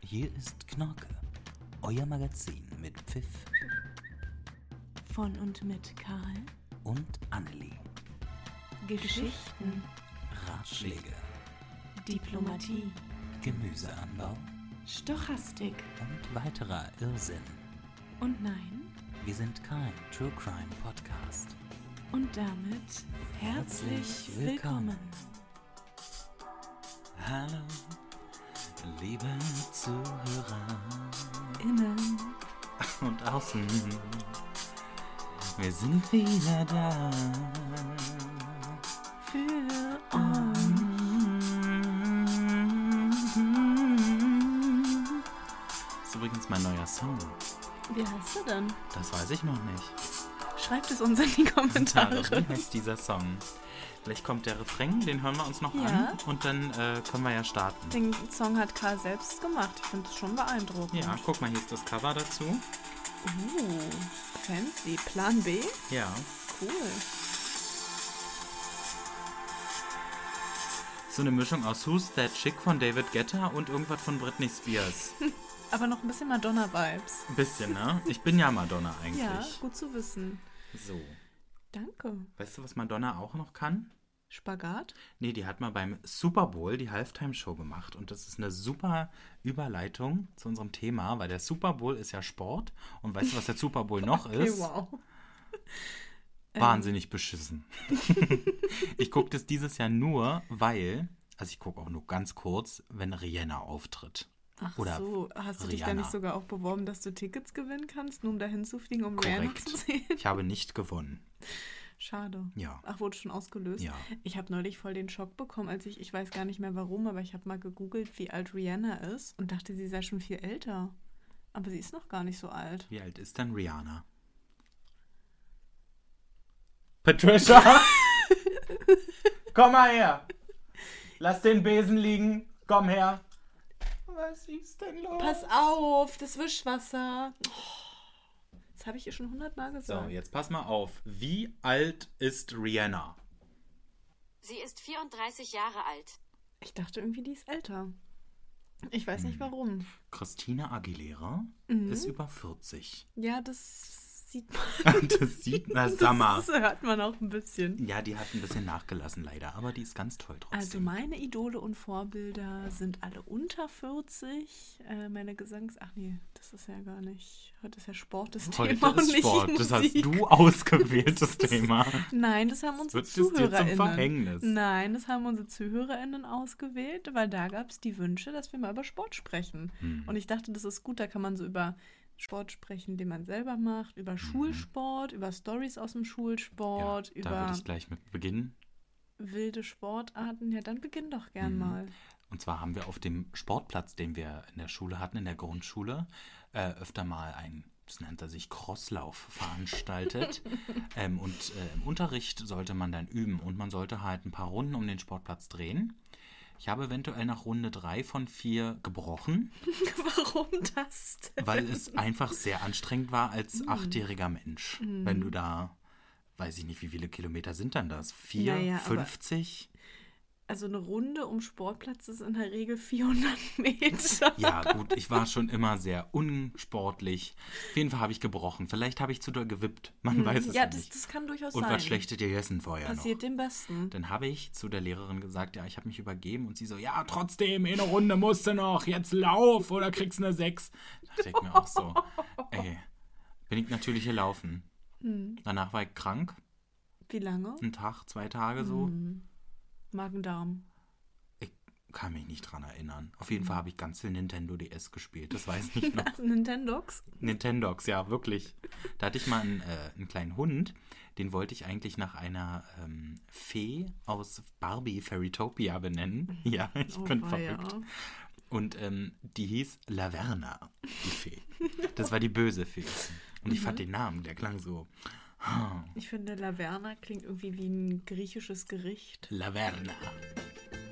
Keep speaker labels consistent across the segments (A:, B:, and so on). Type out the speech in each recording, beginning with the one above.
A: Hier ist Knorke, euer Magazin mit Pfiff
B: Von und mit Karl.
A: und Annelie.
B: Geschichten,
A: Ratschläge,
B: Diplomatie,
A: Gemüseanbau
B: Stochastik
A: und weiterer Irrsinn.
B: und nein.
A: Wir sind kein True Crime Podcast.
B: Und damit herzlich
A: Herzlich willkommen.
B: willkommen.
A: Hallo, liebe Zuhörer
B: Innen.
A: und außen. Wir sind wieder da.
B: Für uns.
A: Das ist übrigens mein neuer Song.
B: Wie heißt du denn?
A: Das weiß ich noch nicht.
B: Schreibt es uns in die Kommentare.
A: Wie heißt dieser Song? Vielleicht kommt der Refrain, den hören wir uns noch
B: Ja.
A: an und dann äh, können wir ja starten.
B: Den Song hat Karl selbst gemacht. Ich finde es schon beeindruckend.
A: Ja, guck mal, hier ist das Cover dazu.
B: Uh, fancy. Plan B?
A: Ja.
B: Cool.
A: So eine Mischung aus Who's That Chick von David Guetta und irgendwas von Britney Spears.
B: Aber noch ein bisschen Madonna-Vibes.
A: Ein bisschen, ne? Ich bin ja Madonna eigentlich.
B: Ja, gut zu wissen.
A: So.
B: Danke.
A: Weißt du, was Madonna auch noch kann?
B: Spagat?
A: Nee, die hat mal beim Super Bowl die Halftime-Show gemacht. Und das ist eine super Überleitung zu unserem Thema, weil der Super Bowl ist ja Sport. Und weißt du, was der Super Bowl noch
B: Okay,
A: ist?
B: wow. Ähm.
A: Wahnsinnig beschissen. ich gucke das dieses Jahr nur, weil, also ich gucke auch nur ganz kurz, wenn Rihanna auftritt.
B: Ach
A: Oder
B: so, hast du dich da
A: Rihanna.
B: nicht sogar auch beworben, dass du Tickets gewinnen kannst, nur um da hinzufliegen, um Rihanna
A: Korrekt.
B: zu sehen?
A: Ich habe nicht gewonnen.
B: Schade.
A: Ja.
B: Ach, wurde schon ausgelöst?
A: Ja.
B: Ich habe neulich voll den Schock bekommen, als ich, ich weiß gar nicht mehr warum, aber ich habe mal gegoogelt, wie alt Rihanna ist und dachte, sie sei schon viel älter. Aber sie ist noch gar nicht so alt.
A: Wie alt ist denn Rihanna? Patricia! Komm mal her! Lass den Besen liegen! Komm her! Was ist denn los?
B: Pass auf, das Wischwasser. Oh, das habe ich ihr schon hundertmal
A: so,
B: gesagt.
A: jetzt pass mal auf. Wie alt ist Rihanna?
C: Sie ist 34 Jahre alt.
B: ich dachte irgendwie, die ist älter. Ich weiß
A: Hm.
B: nicht warum.
A: Christina Aguilera
B: Mhm.
A: ist über 40.
B: Ja, das sieht man.
A: Das sieht man, sag mal.
B: Das hört man auch ein bisschen.
A: Ja, die hat ein bisschen nachgelassen leider, aber die ist ganz toll
B: Also
A: trotzdem.
B: meine Idole und Vorbilder sind alle unter 40. Äh, meine Gesangs... Ach nee, das ist ja gar nicht... Heute ist ja Sport das Thema und nicht Musik.
A: das hast du ausgewählt, das Thema.
B: Nein, das haben unsere
A: wird es dir zum
B: ZuhörerInnen...
A: Verhängnis.
B: Nein, das haben unsere ZuhörerInnen ausgewählt, weil da gab es die Wünsche, dass wir mal über Sport sprechen.
A: Hm.
B: Und ich dachte, das ist gut, da kann man so über... Sport sprechen, den man selber macht,
A: Mhm.
B: über Schulsport, über Stories aus dem Schulsport,
A: ja, da würde
B: über
A: ich gleich mit beginnen.
B: wilde Sportarten. Ja, dann beginn doch gern
A: Mhm.
B: mal.
A: Und zwar haben wir auf dem Sportplatz, den wir in der Schule hatten, in der Grundschule, äh, öfter mal einen, das nennt er sich Crosslauf, veranstaltet. ähm, und äh, im Unterricht sollte man dann üben und man sollte halt ein paar Runden um den Sportplatz drehen. Ich habe eventuell nach Runde drei von vier gebrochen.
B: Warum das denn?
A: weil es einfach sehr anstrengend war als
B: Hm.
A: achtjähriger Mensch. Wenn du da, weiß ich nicht, wie viele Kilometer sind dann das? Vier,
B: Naja, aber-
A: 50?
B: Also eine Runde um Sportplatz ist in der Regel 400 Meter.
A: Ja, gut, ich war schon immer sehr unsportlich. Auf jeden Fall habe ich gebrochen. Vielleicht habe ich zu doll gewippt. Man weiß es
B: Hm, ja,
A: ja
B: das,
A: nicht.
B: das kann durchaus
A: Und
B: sein.
A: was schlechtes gegessen vorher
B: Passiert dem Besten.
A: noch. Dann habe ich zu der Lehrerin gesagt, ja, ich habe mich übergeben und sie so, ja, trotzdem, eh eine Runde musst du noch, jetzt lauf oder kriegst eine Sechs. Da denke ich mir auch so, ey, bin ich natürlich gelaufen.
B: Hm.
A: Danach war ich krank,
B: Wie lange?
A: einen Tag, zwei Tage so.
B: Hm. Magen-Darm.
A: Ich kann mich nicht dran erinnern. Auf jeden
B: Hm.
A: Fall habe ich ganz viel Nintendo DS gespielt. Das weiß ich noch.
B: Nintendox?
A: Nintendox, ja, wirklich. Da hatte ich mal einen, äh, einen kleinen Hund. Den wollte ich eigentlich nach einer ähm, Fee aus Barbie Fairytopia benennen. Ja, ich bin
B: Oh, weia.
A: verrückt. Und ähm, die hieß Laverna, die Fee. Das war die böse Fee. Und ich fand den Namen, der klang so
B: Ich finde, Laverna klingt irgendwie wie ein griechisches Gericht.
A: Laverna.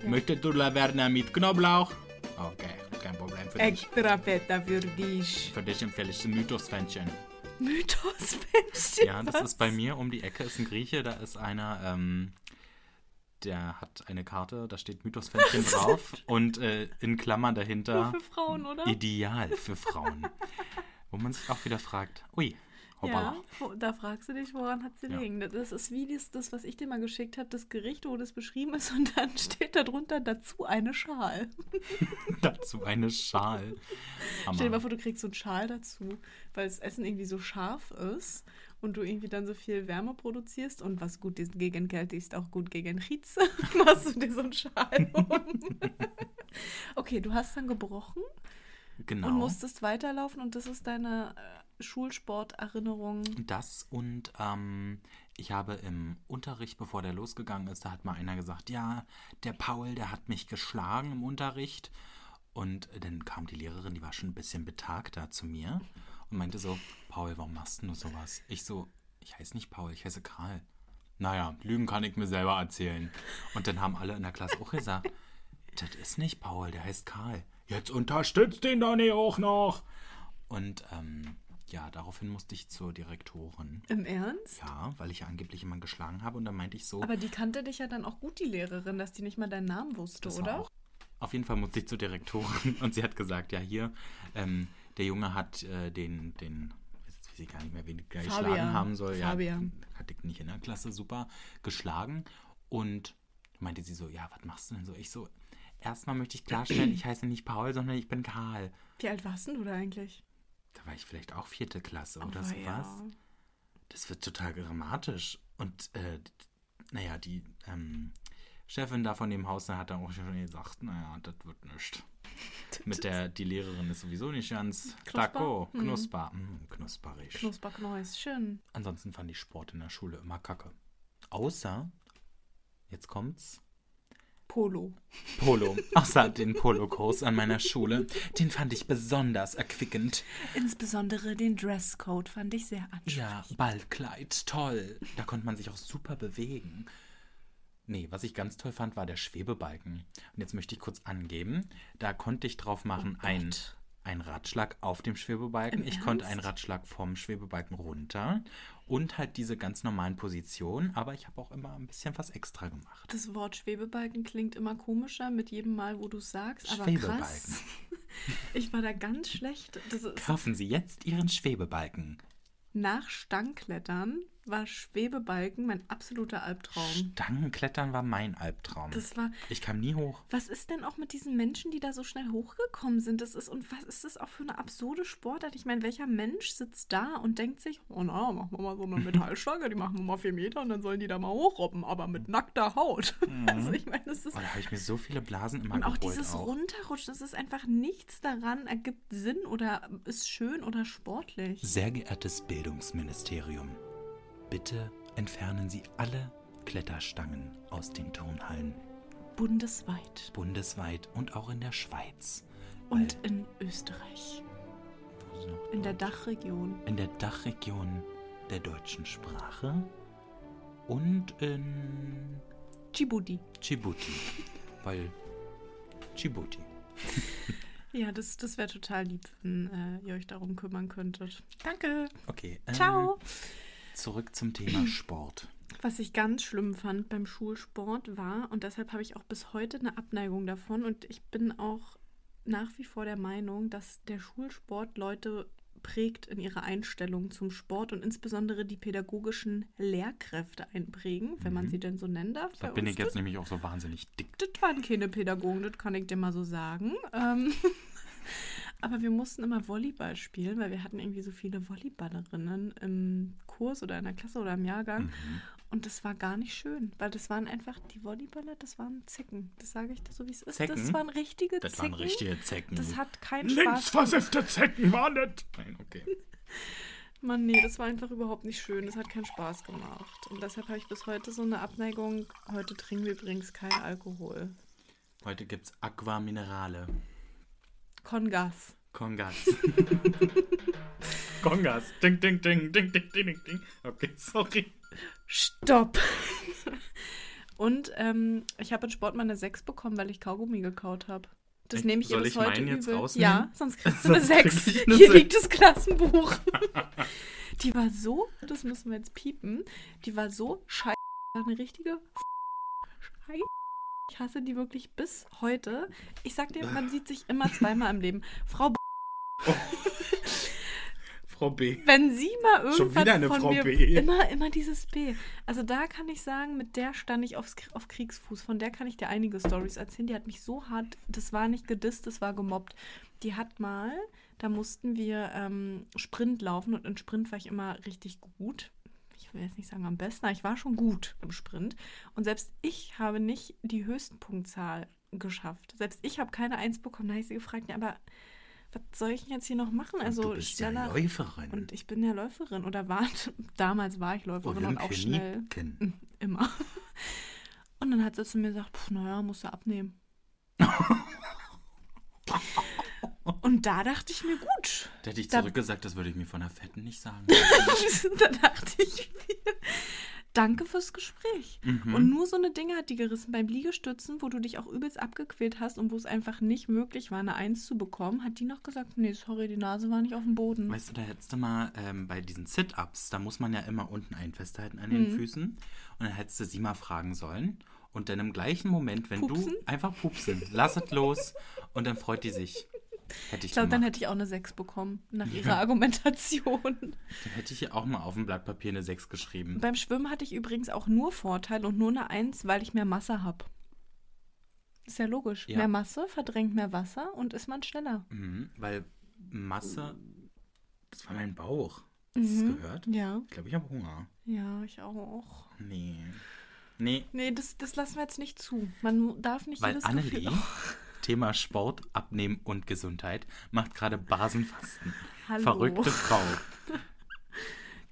A: Möchtest du Laverna mit Knoblauch? Okay, kein Problem für dich.
B: Extra feta für dich.
A: Für dich empfehle ich ein Mythos-Fännchen.
B: Mythos, Mensch.
A: Ja, das ist bei mir um die Ecke, ist ein Grieche, da ist einer, ähm, der hat eine Karte, da steht Mythosfenster drauf und äh, in Klammern dahinter
B: Nur für Frauen, oder?
A: ideal für Frauen. Wo man sich auch wieder fragt, ui, hoppala.
B: Ja, wo- da fragst du dich, woran hat sie
A: Ja.
B: liegen. Das ist wie das, das was ich dir mal geschickt habe, das Gericht, wo das beschrieben ist und dann steht da drunter dazu eine Schal.
A: Dazu eine Schal.
B: Stell dir mal
A: Hammer.
B: vor, du kriegst so einen Schal dazu, weil das Essen irgendwie so scharf ist und du irgendwie dann so viel Wärme produzierst und was gut ist gegen Kälte, ist auch gut gegen Hitze. Machst du dir so einen Schal um. okay, du hast dann gebrochen
A: Genau.
B: und musstest weiterlaufen und das ist deine äh, Schulsporterinnerung.
A: Das und ähm, ich habe im Unterricht, bevor der losgegangen ist, da hat mal einer gesagt, ja, der Paul, der hat mich geschlagen im Unterricht. Und dann kam die Lehrerin, die war schon ein bisschen betagter zu mir und meinte so, Paul, warum machst denn du sowas? Ich so, ich heiße nicht Paul, ich heiße Karl. Naja, Lügen kann ich mir selber erzählen. Und dann haben alle in der Klasse auch gesagt, das ist nicht Paul, der heißt Karl. Jetzt unterstützt ihn doch nicht auch noch. Und ähm, ja, daraufhin musste ich zur Direktorin.
B: Im Ernst?
A: Ja, weil ich ja angeblich jemanden geschlagen habe und dann meinte ich so,
B: Aber die kannte dich ja dann auch gut, die Lehrerin, dass die nicht mal deinen Namen wusste,
A: das war
B: oder?
A: auch- Auf jeden Fall musste ich zur Direktorin und sie hat gesagt, ja hier, ähm, der Junge hat äh, den, den, jetzt weiß ich gar nicht mehr, wen ich
B: Fabian.
A: geschlagen haben soll.
B: Fabian.
A: Ja, hatte ich nicht in der Klasse super geschlagen und meinte sie so, ja, was machst du denn so? Ich so, erstmal möchte ich klarstellen, ich heiße nicht Paul, sondern ich bin Karl.
B: Wie alt warst denn du da eigentlich?
A: Da war ich vielleicht auch vierte Klasse oder
B: Aber
A: sowas.
B: Oh, ja.
A: Das wird total dramatisch. Und äh, d- naja, die ähm, Chefin da von dem Haus da hat dann auch schon gesagt, naja, das wird nichts. Mit der, die Lehrerin ist sowieso nicht ganz
B: Knusper?
A: Taco,
B: Mhm.
A: knusper, mm, knusperig.
B: Knusperknäuschen.
A: Ansonsten fand ich Sport in der Schule immer kacke. Außer, jetzt kommt's,
B: Polo.
A: Polo. Außer den Polokurs an meiner Schule. Den fand ich besonders erquickend.
B: Insbesondere den Dresscode fand ich sehr ansprechend.
A: Ja, Ballkleid, toll. Da konnte man sich auch super bewegen. Nee, was ich ganz toll fand, war der Schwebebalken. Und jetzt möchte ich kurz angeben, da konnte ich drauf machen, ein, ein Radschlag auf dem Schwebebalken.
B: Oh Im
A: ich konnte
B: Ernst?
A: einen Radschlag vom Schwebebalken runter und halt diese ganz normalen Positionen, aber ich habe auch immer ein bisschen was extra gemacht.
B: Das Wort Schwebebalken klingt immer komischer mit jedem Mal, wo du es sagst, aber
A: Schwebebalken.
B: krass. Ich war da ganz schlecht. Das ist
A: Kaufen Sie jetzt Ihren Schwebebalken.
B: nach Stangklettern war Schwebebalken mein absoluter Albtraum.
A: Stangenklettern war mein Albtraum.
B: Das war
A: ich kam nie hoch.
B: Was ist denn auch mit diesen Menschen, die da so schnell hochgekommen sind? Das ist, und was ist das auch für eine absurde Sportart? Ich meine, welcher Mensch sitzt da und denkt sich, oh na, machen wir mal so eine Metallstange, die machen wir mal vier Meter und dann sollen die da mal hochroppen, aber mit nackter Haut. Also ich meine, das ist.
A: Oh, da habe ich mir so viele Blasen immer
B: Und auch
A: geholt.
B: dieses Runterrutschen, das ist einfach nichts daran, ergibt Sinn oder ist schön oder sportlich.
A: Sehr geehrtes Bildungsministerium, bitte entfernen Sie alle Kletterstangen aus den Turnhallen
B: Bundesweit
A: bundesweit und auch in der Schweiz.
B: und in Österreich,
A: Wo ist noch
B: in der
A: Deutsch?
B: Dachregion.
A: in der Dachregion der deutschen Sprache und in
B: Djibouti.
A: Djibouti, weil Djibouti.
B: Ja, das, das wäre total lieb, wenn äh, ihr euch darum kümmern könntet. Danke.
A: Okay. ähm,
B: Ciao.
A: Zurück zum Thema Sport.
B: Was ich ganz schlimm fand beim Schulsport war, und deshalb habe ich auch bis heute eine Abneigung davon, und ich bin auch nach wie vor der Meinung, dass der Schulsport Leute prägt in ihrer Einstellung zum Sport und insbesondere die pädagogischen Lehrkräfte einprägen, wenn man
A: Mhm.
B: sie denn so nennen darf.
A: Da
B: bei
A: bin
B: uns.
A: ich jetzt nämlich auch so wahnsinnig dick.
B: das waren keine Pädagogen, das kann ich dir mal so sagen. Ähm, aber wir mussten immer Volleyball spielen, weil wir hatten irgendwie so viele Volleyballerinnen im Kurs oder in der Klasse oder im Jahrgang.
A: Mhm.
B: Und das war gar nicht schön, weil das waren einfach die Volleyballer, das waren Zicken. Das sage ich dir so, wie es ist.
A: Zecken?
B: Das waren richtige
A: Das
B: Zicken.
A: waren richtige Zecken.
B: das hat keinen Spaß.
A: Linksversiffte Zecken war das. Nein, okay.
B: Mann, nee, das war einfach überhaupt nicht schön. Das hat keinen Spaß gemacht. Und deshalb habe ich bis heute so eine Abneigung. Heute trinken wir übrigens keinen Alkohol.
A: Heute gibt's Aqua Minerale.
B: Kongas.
A: Kongas. Kongas. Ding, ding, ding, ding, ding, ding, ding, ding. Okay, sorry.
B: Stopp. Und ähm, ich habe in Sport meine 6 bekommen, weil ich Kaugummi gekaut habe. Das
A: Echt?
B: nehme ich ihr
A: Soll
B: bis
A: ich
B: heute
A: meinen jetzt
B: übel.
A: rausnehmen?
B: Ja, sonst kriegst du eine 6.
A: krieg ich
B: Hier
A: eine
B: liegt das Klassenbuch. Die war so, das müssen wir jetzt piepen, die war so scheiße, eine richtige scheiße. Ich hasse die wirklich bis heute. Ich sag dir, man sieht sich immer zweimal im Leben. Frau B-
D: Frau B.
B: wenn sie mal irgendwann
D: Schon wieder eine
B: von
D: Frau
B: mir
D: B.
B: immer immer dieses B. Also da kann ich sagen, mit der stand ich aufs, auf Kriegsfuß. Von der kann ich dir einige Stories erzählen. Die hat mich so hart, das war nicht gedisst, das war gemobbt. Die hat mal, da mussten wir ähm, Sprint laufen und in Sprint war ich immer richtig gut. Ich will jetzt nicht sagen am besten, aber ich war schon gut im Sprint. Und selbst ich habe nicht die höchsten Punktzahl geschafft. Selbst ich habe keine Eins bekommen. Da habe ich sie gefragt, ja, aber was soll ich denn jetzt hier noch machen? Also
A: du bist ja
B: schneller-
A: Läuferin. Oh,
B: und ich bin ja Läuferin oder war, damals war ich Läuferin und auch schnell. Hm.
A: Olympioniken.
B: Immer. Und dann hat sie zu mir gesagt, "Pff, naja, musst du abnehmen. und da dachte ich mir, gut.
A: Da hätte ich
B: Da-
A: zurückgesagt, das würde ich mir von der Fetten nicht sagen.
B: da dachte ich mir, danke fürs Gespräch. Und nur so eine Dinge hat die gerissen beim Liegestützen, wo du dich auch übelst abgequält hast und wo es einfach nicht möglich war, eine Eins zu bekommen, hat die noch gesagt, nee, sorry, die Nase war nicht auf dem Boden.
A: Weißt du, da hättest du mal ähm, bei diesen Sit-Ups, da muss man ja immer unten einen festhalten an
B: Hm.
A: den Füßen. Und dann hättest du sie mal fragen sollen. Und dann im gleichen Moment, wenn
B: Pupsen?
A: du einfach pupsen, lass es los und dann freut die sich. Hätte ich,
B: Ich glaube, dann
A: gemacht.
B: hätte ich auch eine 6 bekommen, nach ihrer Argumentation.
A: Dann hätte ich ihr auch mal auf dem Blatt Papier eine 6 geschrieben.
B: Beim Schwimmen hatte ich übrigens auch nur Vorteil und nur eine 1, weil ich mehr Masse habe. Ist ja logisch.
A: Ja.
B: Mehr Masse verdrängt mehr Wasser und ist man schneller.
A: Mhm, weil Masse, das war mein Bauch. Hast
B: Mhm.
A: du es gehört?
B: Ja,
A: Ich glaube, ich habe Hunger.
B: ja, ich auch.
A: Nee. Nee,
B: Nee, das, das lassen wir jetzt nicht zu. Man mu- darf nicht
A: weil
B: jedes
A: Annelie,
B: Gefühl...
A: Thema Sport, Abnehmen und Gesundheit, macht gerade Basenfasten.
B: Hallo.
A: Verrückte Frau.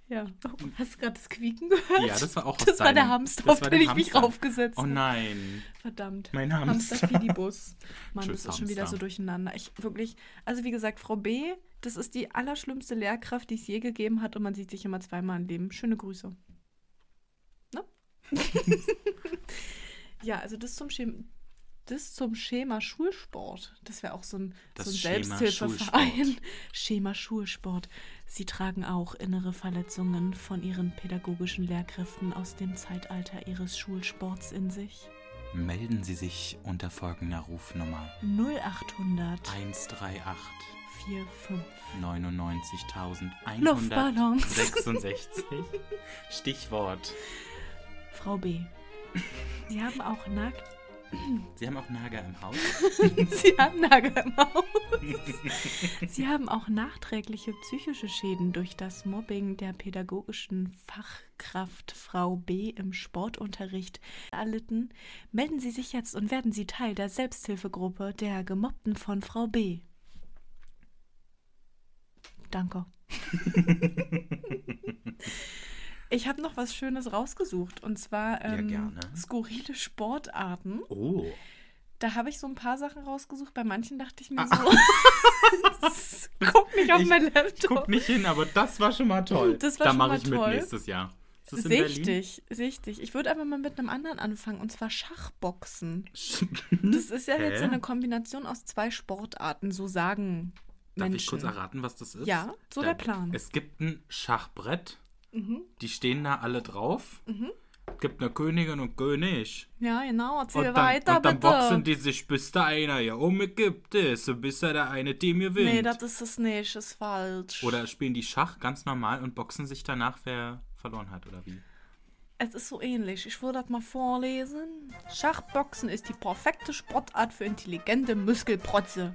B: Ja. Oh, hast du gerade das Quieken gehört?
A: Ja, das war auch aus
B: Das war der
A: deinem-
B: Hamster,
A: das
B: auf
A: war
B: den
A: der
B: ich mich
A: Hamster.
B: raufgesetzt
A: Oh
B: habe.
A: nein.
B: Verdammt.
A: Mein Hamster.
B: Hamsterfidibus. Mann,
A: Tschüss,
B: das ist schon wieder
A: Hamster.
B: so durcheinander. Ich wirklich, also wie gesagt, Frau B, das ist die allerschlimmste Lehrkraft, die es je gegeben hat und man sieht sich immer zweimal im Leben. Schöne Grüße. Ne? ja, also das zum Schema, das zum Schema Schulsport. Das wäre auch so ein,
A: Das
B: so ein
A: Schema
B: Selbsthilfeverein. Schema Schulsport. Sie tragen auch innere Verletzungen von ihren pädagogischen Lehrkräften aus dem Zeitalter ihres Schulsports in sich.
A: Melden Sie sich unter folgender Rufnummer
B: 0800
A: 138
B: 4, 5.
A: 99166. Stichwort.
B: Frau B. Sie haben auch nackt.
A: Sie haben auch Nager im Haus.
B: Sie haben Nager im Haus. Sie haben auch nachträgliche psychische Schäden durch das Mobbing der pädagogischen Fachkraft Frau B im Sportunterricht erlitten. Melden Sie sich jetzt und werden Sie Teil der Selbsthilfegruppe der Gemobbten von Frau B. Danke. Ich habe noch was Schönes rausgesucht und zwar
A: Ja,
B: ähm,
A: gerne.
B: skurrile Sportarten.
A: Oh.
B: Da habe ich so ein paar Sachen rausgesucht. Bei manchen dachte ich mir so, guck nicht auf
A: Ah. Ich-
B: mein
A: Ich guck
B: Laptop.
A: nicht hin, aber das war schon mal toll.
B: Das war
A: da
B: schon
A: mache
B: mal
A: ich
B: toll.
A: mit nächstes Jahr. Ist das in Berlin?
B: Sichtig, sichtig. Ich würde aber mal mit einem anderen anfangen, und zwar Schachboxen. Das ist ja
A: Hm? Hä?
B: jetzt so eine Kombination aus zwei Sportarten, so sagen
A: Darf
B: Menschen.
A: ich kurz erraten, was das ist?
B: Ja, so der Plan. Mhm.
A: Es gibt ein Schachbrett. Die stehen da alle drauf. Es gibt eine Königin und König.
B: ja, genau,
A: Und
B: erzähl
A: dann,
B: weiter,
A: und dann
B: bitte.
A: boxen die sich, bis der einer ja oh, umgibt ist und bis er der eine Team gewinnt.
B: nee, das ist es nicht, ist falsch.
A: oder spielen die Schach ganz normal und boxen sich danach, wer verloren hat, oder wie?
B: Es ist so ähnlich. Ich würde das mal vorlesen. Schachboxen ist die perfekte Sportart für intelligente Muskelprotze.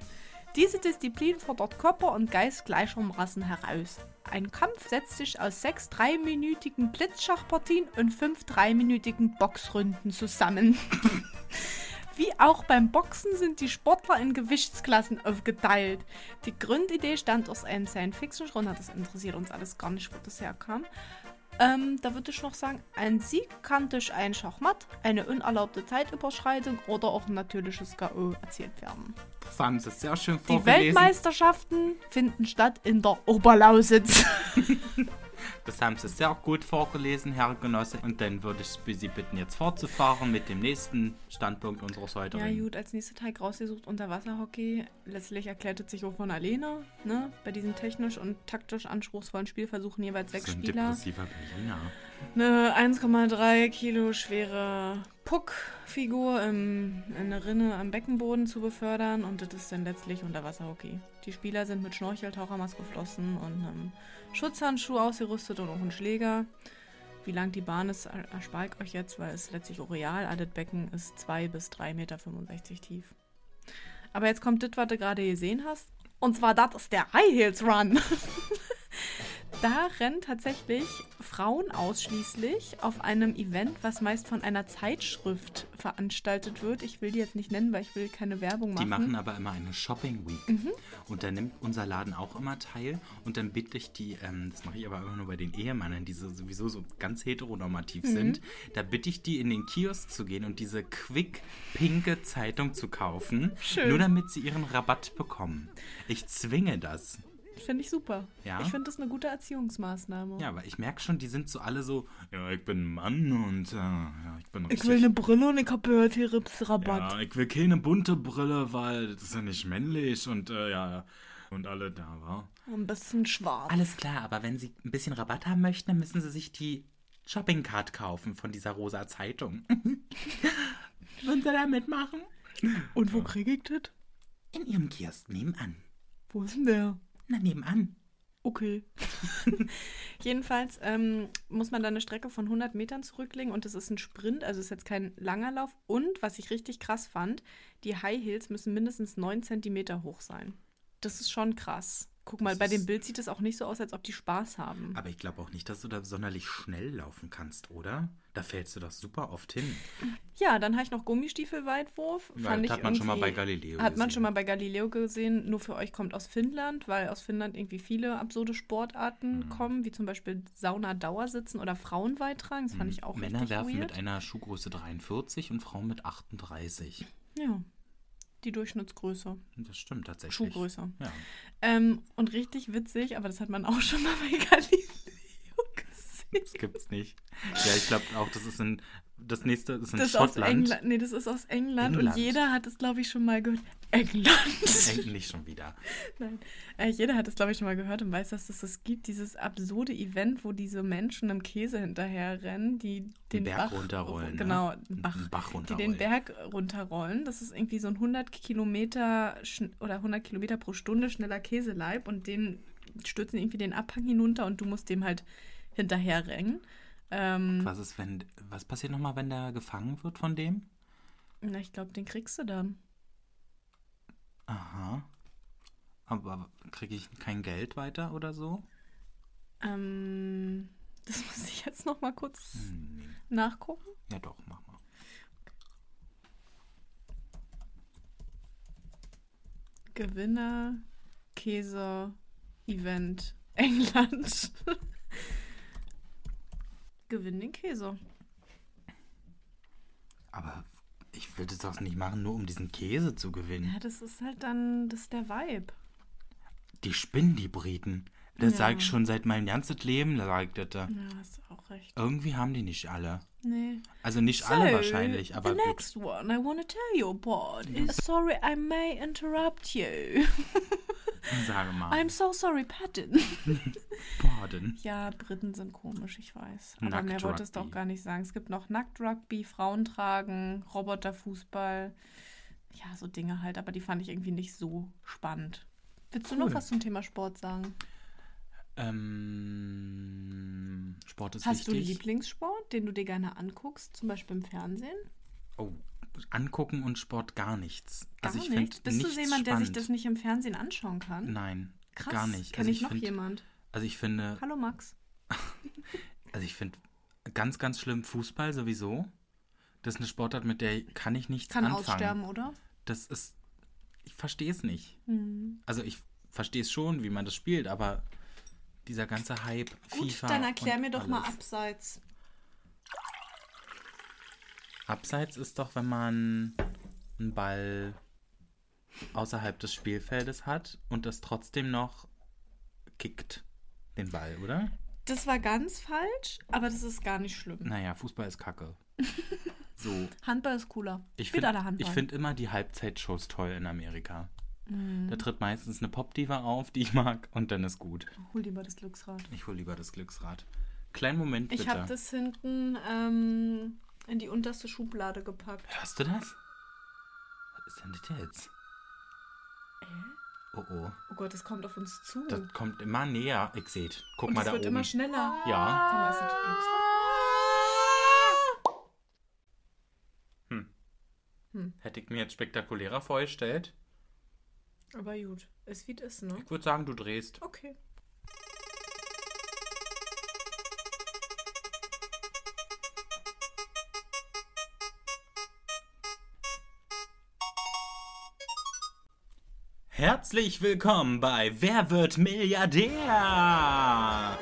B: Diese Disziplin fordert Körper und Geist gleichermaßen heraus. Ein Kampf setzt sich aus sechs dreiminütigen Blitzschachpartien und fünf dreiminütigen Boxrunden zusammen. Wie auch beim Boxen sind die Sportler in Gewichtsklassen aufgeteilt. Die Grundidee stammt aus einem Science-Fiction-Runner, das interessiert uns alles gar nicht, wo das herkam. Ähm, da würde ich noch sagen, ein Sieg kann durch ein Schachmatt, eine unerlaubte Zeitüberschreitung oder auch ein natürliches K.O. erzielt werden.
A: Das haben sie sehr schön
B: Die
A: vorgelesen.
B: Weltmeisterschaften finden statt in der Oberlausitz.
A: das haben sie sehr gut vorgelesen, Herr Genosse. Und dann würde ich Sie bitten, jetzt fortzufahren mit dem nächsten Standpunkt unseres
B: Ja,
A: heutigen.
B: gut, als nächster Teig rausgesucht Unterwasserhockey. Letztlich erklärte sich auch von Alena, ne? Bei diesen technisch und taktisch anspruchsvollen Spielversuchen jeweils sechs
A: so ein
B: Spieler.
A: depressiver Berliner.
B: Eine 1,3 Kilo schwere Puckfigur im, in der Rinne am Beckenboden zu befördern und das ist dann letztlich Unterwasserhockey. Die Spieler sind mit Schnorcheltauchermaske geflossen und einem Schutzhandschuh ausgerüstet und auch einen Schläger. Wie lang die Bahn ist, er- erspare ich euch jetzt, weil es letztlich Oreal. Adet Becken ist 2 bis 3,65 Meter tief. Aber jetzt kommt das, was du gerade gesehen hast. Und zwar das ist der High Heels Run. Da rennen tatsächlich Frauen ausschließlich auf einem Event, was meist von einer Zeitschrift veranstaltet wird. Ich will die jetzt nicht nennen, weil ich will keine Werbung machen.
A: Die machen aber immer eine Shopping Week.
B: Mhm.
A: Und da nimmt unser Laden auch immer teil. Und dann bitte ich die, ähm, das mache ich aber immer nur bei den Ehemännern, die so, sowieso so ganz heteronormativ
B: Mhm.
A: sind, da bitte ich die in den Kiosk zu gehen und diese quick pinke Zeitung zu kaufen.
B: Schön.
A: Nur damit sie ihren Rabatt bekommen. Ich zwinge das.
B: Finde ich super.
A: Ja?
B: Ich finde das eine gute Erziehungsmaßnahme.
A: Ja, aber ich merke schon, die sind so alle so, ja, ich bin ein Mann und äh, ja, ich bin
B: Ich
A: richtig.
B: will eine Brille und ich habe gehört, hier gibt's Rabatt.
A: ja, ich will keine bunte Brille, weil das ist ja nicht männlich und äh, ja, und alle da, war.
B: Ein bisschen schwarz.
A: Alles klar, aber wenn Sie ein bisschen Rabatt haben möchten, dann müssen Sie sich die Shopping Card kaufen von dieser rosa Zeitung. Würden Sie da mitmachen?
B: Und wo kriege ich das?
A: In Ihrem Kiosk nebenan.
B: Wo ist denn der?
A: Na, nebenan.
B: Okay. Jedenfalls ähm, muss man da eine Strecke von 100 Metern zurücklegen und es ist ein Sprint, also ist jetzt kein langer Lauf. Und was ich richtig krass fand, die High Heels müssen mindestens 9 Zentimeter hoch sein. Das ist schon krass. Guck mal,
A: Das
B: bei dem
A: ist-
B: Bild sieht es auch nicht so aus, als ob die Spaß haben.
A: Aber ich glaube auch nicht, dass du da sonderlich schnell laufen kannst, oder? Da fällst du doch super oft hin.
B: Ja, dann habe ich noch Gummistiefelweitwurf.
A: Ja, das
B: Fand ich
A: hat man schon mal
B: irgendwie-
A: bei Galileo
B: Hat man
A: gesehen.
B: schon mal bei Galileo gesehen. Nur für euch kommt aus Finnland, weil aus Finnland irgendwie viele absurde Sportarten
A: Mhm.
B: kommen, wie zum Beispiel Sauna-Dauersitzen oder Frauenweittragen. Das fand ich auch
A: Mhm. Männer
B: richtig
A: werfen
B: weird.
A: mit einer Schuhgröße 43 und Frauen mit 38.
B: ja, die Durchschnittsgröße.
A: Das stimmt tatsächlich.
B: Schuhgröße.
A: Ja.
B: Ähm, und richtig witzig, aber das hat man auch schon mal bei Galileo gesehen.
A: Das gibt's nicht. Ja, ich glaube auch, das ist ein. Das nächste ist in
B: Das ist aus
A: Schottland.
B: England. Nee, das ist aus England,
A: England.
B: und jeder hat es, glaube ich, schon mal gehört. England.
A: Eigentlich schon wieder.
B: Nein. Äh, jeder hat es, glaube ich, schon mal gehört und weiß, dass es das gibt, dieses absurde Event, wo diese Menschen im Käse hinterherrennen, die den
A: Berg
B: Bach
A: runterrollen, ne?
B: Genau,
A: Einen
B: einen Bach,
A: Bach
B: die
A: runterrollen.
B: den Berg runterrollen. Das ist irgendwie so ein 100 Kilometer schn- oder 100 Kilometer pro Stunde schneller Käseleib und den stürzen irgendwie den Abhang hinunter und du musst dem halt hinterherrennen. Ähm,
A: Was ist, wenn. Was passiert nochmal, wenn der gefangen wird von dem?
B: na, ich glaube, den kriegst du dann.
A: Aha. Aber kriege ich kein Geld weiter oder so?
B: Ähm, das muss ich jetzt noch mal kurz
A: Hm, nee.
B: nachgucken.
A: Ja doch, mach mal.
B: Gewinner Käse Event England. Gewinn den Käse.
A: Aber ich will das doch nicht machen, nur um diesen Käse zu gewinnen.
B: Ja, das ist halt dann, das ist der Vibe.
A: Die spinnen, die Briten. Das
B: Ja.
A: sage ich schon seit meinem ganzen Leben, sage ich das.
B: Ja, hast auch recht.
A: Irgendwie haben die nicht alle.
B: Nee.
A: Also nicht alle wahrscheinlich, aber
B: The next one I want to tell you about is sorry I may interrupt you.
A: sage mal.
B: I'm so sorry, Patton.
A: Baden.
B: Ja, Briten sind komisch, ich weiß. Aber
A: Nackt
B: mehr wolltest du auch
A: Rugby.
B: gar nicht sagen. Es gibt noch Nackt-Rugby, Frauen tragen, Roboterfußball. Ja, so Dinge halt, aber die fand ich irgendwie nicht so spannend. Willst du
A: Cool.
B: noch was zum Thema Sport sagen?
A: Ähm, Sport ist
B: Hast du einen
A: wichtig.
B: Lieblingssport, den du dir gerne anguckst, zum Beispiel im Fernsehen?
A: Oh, angucken und Sport gar nichts.
B: Gar
A: also ich find
B: nicht. Bist du
A: nichts
B: so jemand, der
A: spannend.
B: sich das nicht im Fernsehen anschauen kann?
A: Nein,
B: Krass.
A: gar nicht. Also
B: Kenn ich noch
A: find,
B: jemand?
A: Also ich finde,
B: Hallo Max.
A: also ich finde ganz, ganz schlimm Fußball sowieso. Das ist eine Sportart, mit der kann ich nichts
B: Kann
A: anfangen.
B: aussterben, oder?
A: Das ist, ich verstehe es nicht.
B: Hm.
A: Also ich verstehe es schon, wie man das spielt, aber dieser ganze Hype,
B: Gut,
A: FIFA
B: dann erklär
A: und
B: mir doch mal
A: alles.
B: abseits.
A: Abseits ist doch, wenn man einen Ball außerhalb des Spielfeldes hat und das trotzdem noch kickt, den Ball, oder?
B: Das war ganz falsch, aber das ist gar nicht schlimm.
A: Naja, Fußball ist kacke. So,
B: Handball ist cooler.
A: ich
B: Spielt alle
A: finde
B: Handball.
A: find immer die Halbzeitshows toll in Amerika.
B: Mhm.
A: Da tritt meistens eine Popdiva auf, die ich mag, und dann ist gut.
B: Hol lieber das Glücksrad.
A: Ich hole lieber das Glücksrad. Kleinen Moment bitte.
B: Ich habe das hinten ähm, in die unterste Schublade gepackt.
A: Hörst du das? Was ist denn das jetzt? Oh oh.
B: Oh Gott, das kommt auf uns zu.
A: Das kommt immer näher. Ich seht. Guck
B: Hm. Und
A: mal
B: es
A: da
B: wird
A: oben.
B: immer schneller.
A: ja.
B: Sag mal, ist das ein Glücksrad?
A: Hm.
B: Hm.
A: Hätte ich mir jetzt spektakulärer vorgestellt.
B: Aber gut, ist wie es ist, ne?
A: Ich würde sagen, du drehst.
B: Okay.
A: Herzlich willkommen bei Wer wird Milliardär?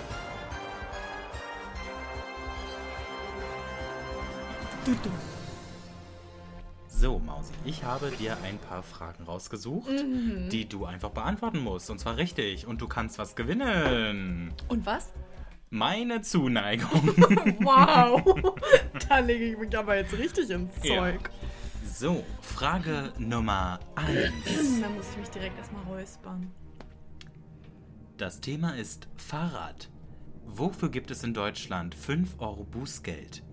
A: So, Mausi, ich habe dir ein paar Fragen rausgesucht,
B: Mhm.
A: die du einfach beantworten musst. Und zwar richtig. Und du kannst was gewinnen.
B: Und was?
A: Meine Zuneigung.
B: Wow! da lege ich mich aber jetzt richtig ins
A: Ja.
B: Zeug.
A: So, Frage Nummer 1.
B: Da muss ich mich direkt erstmal räuspern.
A: Das Thema ist Fahrrad. Wofür gibt es in Deutschland 5 Euro Bußgeld?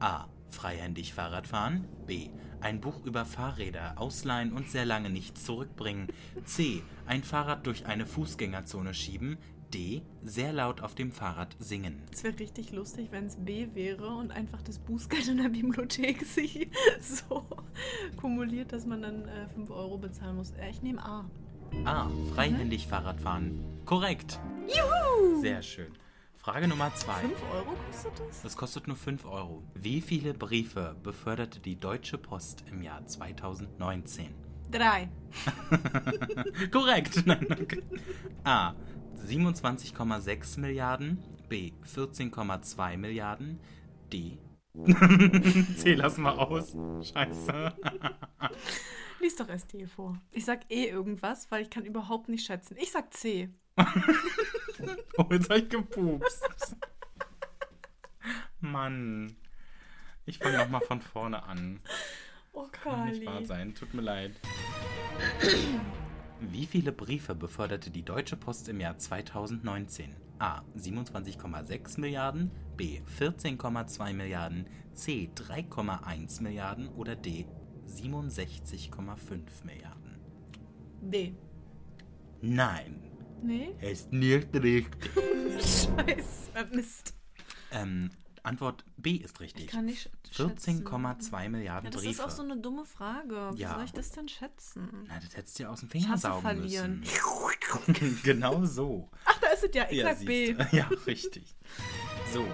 A: A. Freihändig Fahrrad fahren. B. Ein Buch über Fahrräder ausleihen und sehr lange nicht zurückbringen. C. Ein Fahrrad durch eine Fußgängerzone schieben. D. Sehr laut auf dem Fahrrad singen.
B: Es wäre richtig lustig, wenn es B wäre und einfach das Bußgeld in der Bibliothek sich so kumuliert, dass man dann äh, 5 Euro bezahlen muss. Äh, ich nehme A.
A: A. Freihändig Fahrrad fahren. Korrekt. Juhu! Sehr schön. Frage Nummer 2.
B: 5 Euro kostet das?
A: Das kostet nur 5 Euro. Wie viele Briefe beförderte die Deutsche Post im Jahr 2019?
B: 3.
A: Korrekt. Nein, danke. A. 27,6 Milliarden. B. 14,2 Milliarden. D. Zähl das mal aus. Scheiße.
B: Lies doch erst D vor. Ich sag E irgendwas, weil ich kann überhaupt nicht schätzen. Ich sag C.
A: Oh, jetzt hab ich gepupst. Mann. Ich fange nochmal von vorne an.
B: Oh,
A: Kann nicht wahr sein. Tut mir leid. Wie viele Briefe beförderte die Deutsche Post im Jahr 2019? A. 27,6 Milliarden, B. 14,2 Milliarden, C. 3,1 Milliarden oder D. 67,5 Milliarden.
B: D.
A: Nein,
B: Nee?
A: ist nicht richtig.
B: Scheiße. äh, Mist.
A: ähm, Antwort B ist richtig.
B: Ich kann nicht sch- schätzen.
A: 14,2 Milliarden
B: Ja, das
A: Briefe.
B: ist auch so eine dumme Frage. Wie
A: Ja.
B: soll ich das denn schätzen?
A: Na, das hättest du ja aus dem Finger
B: Chance
A: saugen
B: verlieren.
A: müssen. genau so.
B: Ach, da ist es ja. Ich
A: Ja,
B: sag B.
A: siehst du. Ja, richtig. So,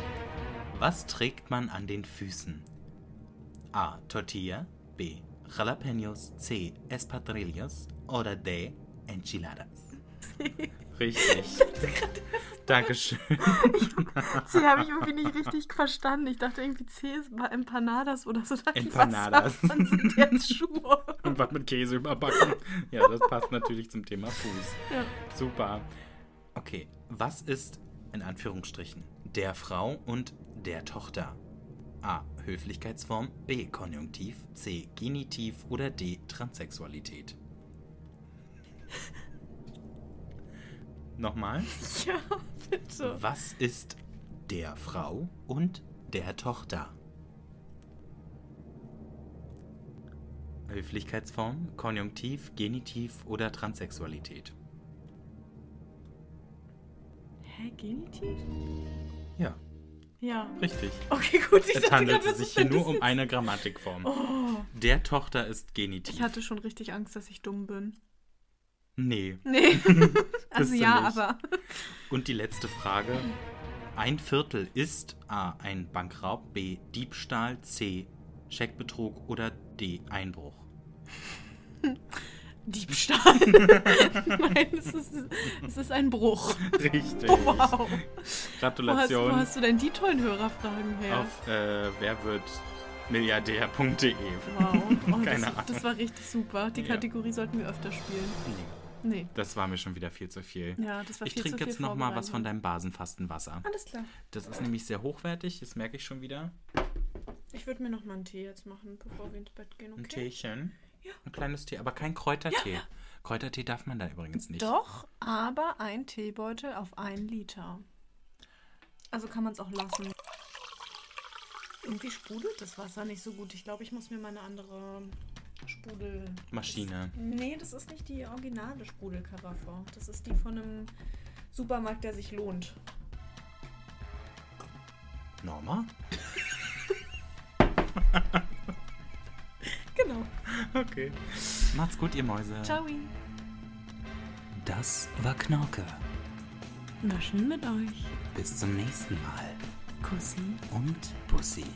A: was trägt man an den Füßen? A. Tortilla. B. Jalapenos. C. Espadrillos. Oder D. Enchiladas. Richtig. Dankeschön.
B: C habe ich irgendwie nicht richtig verstanden. Ich dachte irgendwie C ist bei Empanadas oder so. Dachte ich,
A: Empanadas.
B: Was davon sind jetzt Schuhe?
A: Und was mit Käse überbacken. Ja, das passt natürlich zum Thema Fuß.
B: Ja.
A: Super. Okay, was ist in Anführungsstrichen der Frau und der Tochter? A. Höflichkeitsform, B. Konjunktiv, C. Genitiv oder D. Transsexualität. Nochmal.
B: ja, bitte.
A: Was ist der Frau und der Tochter? Höflichkeitsform, Konjunktiv, Genitiv oder Transsexualität?
B: Hä, Genitiv?
A: Ja,
B: Ja.
A: richtig.
B: Okay, gut. Ich
A: Es
B: dachte
A: handelt
B: gerade, was
A: sich
B: ist
A: hier
B: denn
A: nur
B: das
A: um
B: jetzt?
A: eine Grammatikform.
B: Oh,
A: Der Tochter ist Genitiv.
B: ich hatte schon richtig Angst, dass ich dumm bin.
A: nee.
B: Nee. also
A: Bist du
B: ja,
A: nicht.
B: aber.
A: Und die letzte Frage. Ein Viertel ist A. Ein Bankraub, B. Diebstahl, C. Scheckbetrug oder D. Einbruch.
B: Diebstahl. Nein, es ist, es ist ein Bruch.
A: Richtig.
B: Oh, wow. Wo hast,
A: Gratulation.
B: wo hast du denn die tollen Hörerfragen her?
A: auf äh, werwirdmilliardär.de.
B: Wow. Oh,
A: Keine
B: das, das war richtig super. Die
A: Ja.
B: Kategorie sollten wir öfter spielen.
A: Nee,
B: Nee.
A: das war mir schon wieder viel zu viel.
B: Ja, das war
A: ich
B: viel zu
A: trinke
B: viel
A: jetzt noch mal was von
B: Vorbereitung.
A: deinem Basenfastenwasser.
B: Alles klar.
A: Das ist nämlich sehr hochwertig, das merke ich schon wieder.
B: Ich würde mir noch mal einen Tee jetzt machen, bevor wir ins Bett gehen,
A: Ein
B: okay?
A: Teechen. Ein kleines Tee, aber kein Kräutertee. Kräutertee darf man da übrigens nicht.
B: Doch, aber ein Teebeutel auf einen Liter. Also kann man es auch lassen. Irgendwie sprudelt das Wasser nicht so gut. Ich glaube, ich muss mir mal eine andere Sprudel.
A: Maschine.
B: Nee, das ist nicht die originale Sprudelkaraffe. Das ist die von einem Supermarkt, der sich lohnt.
A: Norma?
B: Genau.
A: Okay. Macht's gut, ihr Mäuse.
B: Ciao.
A: Das war Knorke.
B: War schön mit euch.
A: Bis zum nächsten Mal.
B: Kussi.
A: Und Bussi.